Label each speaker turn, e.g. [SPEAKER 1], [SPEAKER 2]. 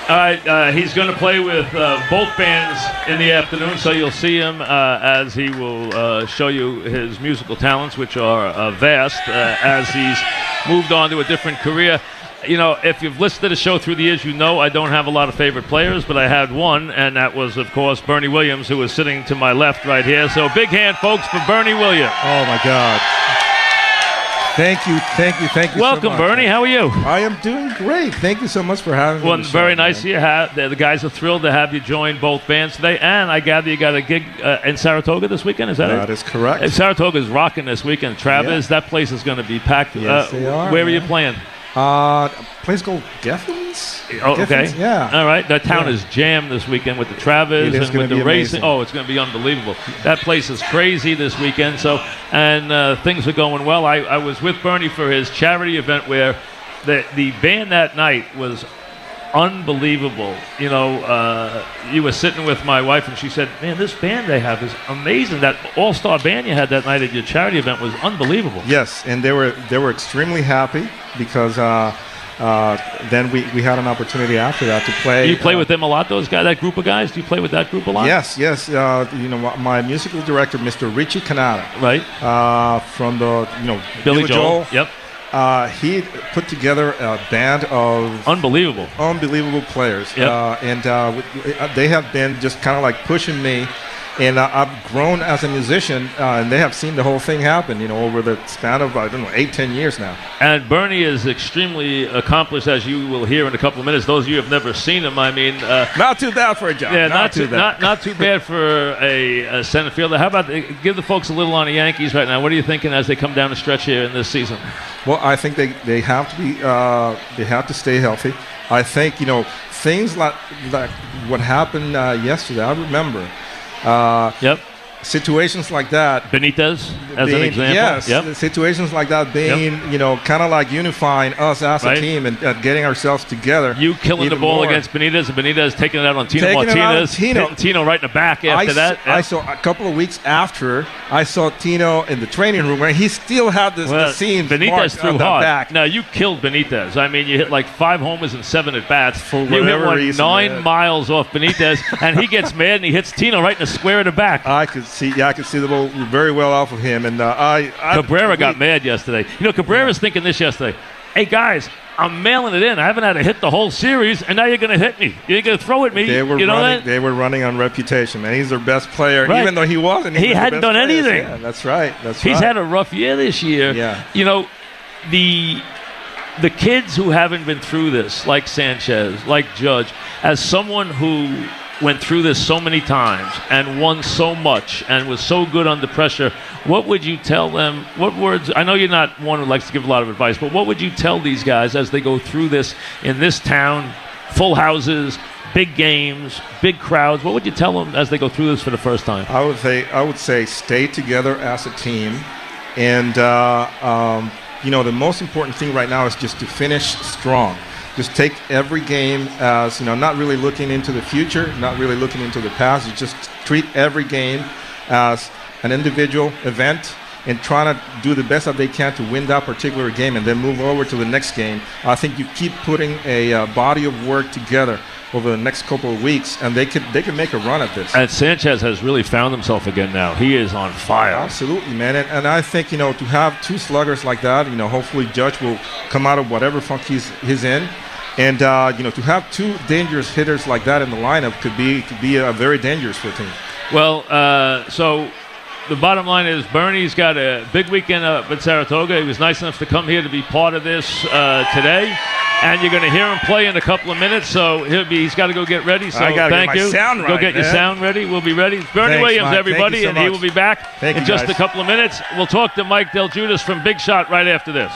[SPEAKER 1] All right, uh, he's going to play with uh, both bands in the afternoon, so you'll see him uh, as he will uh, show you his musical talents, which are uh, vast, uh, as he's moved on to a different career. You know, if you've listened to the show through the years, you know I don't have a lot of favorite players, but I had one, and that was, of course, Bernie Williams, who is sitting to my left right here. So, big hand, folks, for Bernie Williams.
[SPEAKER 2] Oh my God. Thank you, thank you, thank you. so
[SPEAKER 1] Welcome,
[SPEAKER 2] much.
[SPEAKER 1] Bernie. How are you?
[SPEAKER 2] I am doing great. Thank you so much for having
[SPEAKER 1] Well,
[SPEAKER 2] me. on the
[SPEAKER 1] very
[SPEAKER 2] show,
[SPEAKER 1] nice
[SPEAKER 2] man.
[SPEAKER 1] you have. The the guys are thrilled to have you join both bands today, and I gather you got a gig uh, in Saratoga this weekend. Is that
[SPEAKER 2] That
[SPEAKER 1] it?
[SPEAKER 2] is correct.
[SPEAKER 1] Uh, Saratoga's rocking this weekend. Travis, that place is going to be packed. Uh,
[SPEAKER 2] Yes, they are,
[SPEAKER 1] Where are you
[SPEAKER 2] man.
[SPEAKER 1] playing?
[SPEAKER 2] Uh, a place called Geffins.
[SPEAKER 1] Oh, okay.
[SPEAKER 2] Geffins? Yeah.
[SPEAKER 1] All right. That town
[SPEAKER 2] Yeah.
[SPEAKER 1] is jammed this weekend with the Travis
[SPEAKER 2] It is
[SPEAKER 1] and with
[SPEAKER 2] gonna
[SPEAKER 1] the
[SPEAKER 2] be
[SPEAKER 1] racing.
[SPEAKER 2] amazing.
[SPEAKER 1] Oh, it's going to be unbelievable. That place is crazy this weekend. So, and uh, things are going well. I, I was with Bernie for his charity event where the the band that night was unbelievable. You know, uh, you were sitting with my wife and she said, "Man, this band they have is amazing. That all star band you had that night at your charity event was unbelievable."
[SPEAKER 2] Yes, and they were they were extremely happy because uh, uh, then we, we had an opportunity after that to play.
[SPEAKER 1] Do you play
[SPEAKER 2] uh,
[SPEAKER 1] with them a lot, those guys, that group of guys? Do you play with that group a lot?
[SPEAKER 2] Yes, yes. Uh, you know, my- my musical director, Mr. Richie Canada,
[SPEAKER 1] Right.
[SPEAKER 2] uh, from the you know
[SPEAKER 1] Billy, Joel. Yep.
[SPEAKER 2] Uh, he put together a band of
[SPEAKER 1] Unbelievable.
[SPEAKER 2] unbelievable players,
[SPEAKER 1] Yep.
[SPEAKER 2] uh, and uh, w- uh, they have been just kind of like pushing me. And uh, I've grown as a musician, uh, and they have seen the whole thing happen. You know, over the span of I don't know eight, ten years now.
[SPEAKER 1] And Bernie is extremely accomplished, as you will hear in a couple of minutes. Those of you who have never seen him, I mean, uh,
[SPEAKER 2] Not too bad for a job.
[SPEAKER 1] yeah, not, too not not too bad for a, a center fielder. How about the, give the folks a little on the Yankees right now? What are you thinking as they come down the stretch here in this season?
[SPEAKER 2] Well, I think they, they have to be uh, they have to stay healthy. I think you know things like like what happened uh, yesterday. I remember uh,
[SPEAKER 1] Yep,
[SPEAKER 2] situations like that
[SPEAKER 1] Benitez as an
[SPEAKER 2] being-
[SPEAKER 1] example.
[SPEAKER 2] Yes,
[SPEAKER 1] Yep.
[SPEAKER 2] situations like that being, you know, kind of like unifying us as
[SPEAKER 1] Right.
[SPEAKER 2] a team and uh, getting ourselves together.
[SPEAKER 1] You killing the
[SPEAKER 2] even
[SPEAKER 1] ball
[SPEAKER 2] more.
[SPEAKER 1] against Benitez, and Benitez taking it out on Tino
[SPEAKER 2] Taking it out on
[SPEAKER 1] Martinez.
[SPEAKER 2] Tino.
[SPEAKER 1] hitting Tino right in the back after
[SPEAKER 2] I,
[SPEAKER 1] that.
[SPEAKER 2] s- I saw a couple of weeks after I saw Tino in the training room where he still had this
[SPEAKER 1] Well,
[SPEAKER 2] the seams
[SPEAKER 1] Benitez
[SPEAKER 2] marked
[SPEAKER 1] threw
[SPEAKER 2] on the
[SPEAKER 1] hard.
[SPEAKER 2] back.
[SPEAKER 1] No, you killed Benitez. I mean, you hit like five homers and seven at bats. You hit
[SPEAKER 2] whatever
[SPEAKER 1] one
[SPEAKER 2] reason,
[SPEAKER 1] nine
[SPEAKER 2] man.
[SPEAKER 1] miles off Benitez, and he gets mad and he hits Tino right in the square of the back.
[SPEAKER 2] I could see, yeah, I could see the ball very well off of him, and uh, I, I
[SPEAKER 1] Cabrera
[SPEAKER 2] we-
[SPEAKER 1] got mad yesterday. You know, Cabrera's thinking this yesterday. Hey guys, I'm mailing it in. I haven't had a hit the whole series, and now you're going to hit me. You're going to throw at me.
[SPEAKER 2] They were
[SPEAKER 1] you know
[SPEAKER 2] running.
[SPEAKER 1] that?
[SPEAKER 2] They were running on reputation, man. He's their best player,
[SPEAKER 1] Right.
[SPEAKER 2] even though he wasn't.
[SPEAKER 1] He
[SPEAKER 2] was their
[SPEAKER 1] hadn't
[SPEAKER 2] best
[SPEAKER 1] done
[SPEAKER 2] player.
[SPEAKER 1] anything.
[SPEAKER 2] Yeah, that's right. That's
[SPEAKER 1] He's
[SPEAKER 2] right.
[SPEAKER 1] had a rough year this year.
[SPEAKER 2] Yeah.
[SPEAKER 1] You know, the the kids who haven't been through this, like Sanchez, like Judge, as someone who went through this so many times and won so much and was so good under pressure, what would you tell them? What words? I know you're not one who likes to give a lot of advice, but what would you tell these guys as they go through this in this town, full houses, big games, big crowds? What would you tell them as they go through this for the first time?
[SPEAKER 2] I would say I would say stay together as a team, and uh, um, you know the most important thing right now is just to finish strong. Just take every game as you know, not really looking into the future, not really looking into the past. You just treat every game as an individual event and trying to do the best that they can to win that particular game and then move over to the next game. I think you keep putting a uh, body of work together over the next couple of weeks, and they could they could make a run at this.
[SPEAKER 1] And Sanchez has really found himself again now. He is on fire.
[SPEAKER 2] Absolutely, man. And, and I think, you know, to have two sluggers like that, you know, hopefully Judge will come out of whatever funk he's, he's in. And, uh, you know, to have two dangerous hitters like that in the lineup could be, could be uh, very dangerous for a team.
[SPEAKER 1] Well, uh, so the bottom line is Bernie's got a big weekend up at Saratoga. He was nice enough to come here to be part of this uh, today. And you're going to hear him play in a couple of minutes, so he'll be, he's got to go get ready. So
[SPEAKER 2] I gotta get
[SPEAKER 1] thank
[SPEAKER 2] my
[SPEAKER 1] you.
[SPEAKER 2] sound
[SPEAKER 1] go
[SPEAKER 2] right,
[SPEAKER 1] get your
[SPEAKER 2] man.
[SPEAKER 1] sound ready. We'll be ready. It's Bernie
[SPEAKER 2] Thanks,
[SPEAKER 1] Williams,
[SPEAKER 2] Mike. Thank
[SPEAKER 1] everybody,
[SPEAKER 2] you so
[SPEAKER 1] and he
[SPEAKER 2] much.
[SPEAKER 1] will be back
[SPEAKER 2] Thank
[SPEAKER 1] in
[SPEAKER 2] you,
[SPEAKER 1] just
[SPEAKER 2] guys.
[SPEAKER 1] a couple of minutes. We'll talk to Mike Del Judas from Big Shot right after this.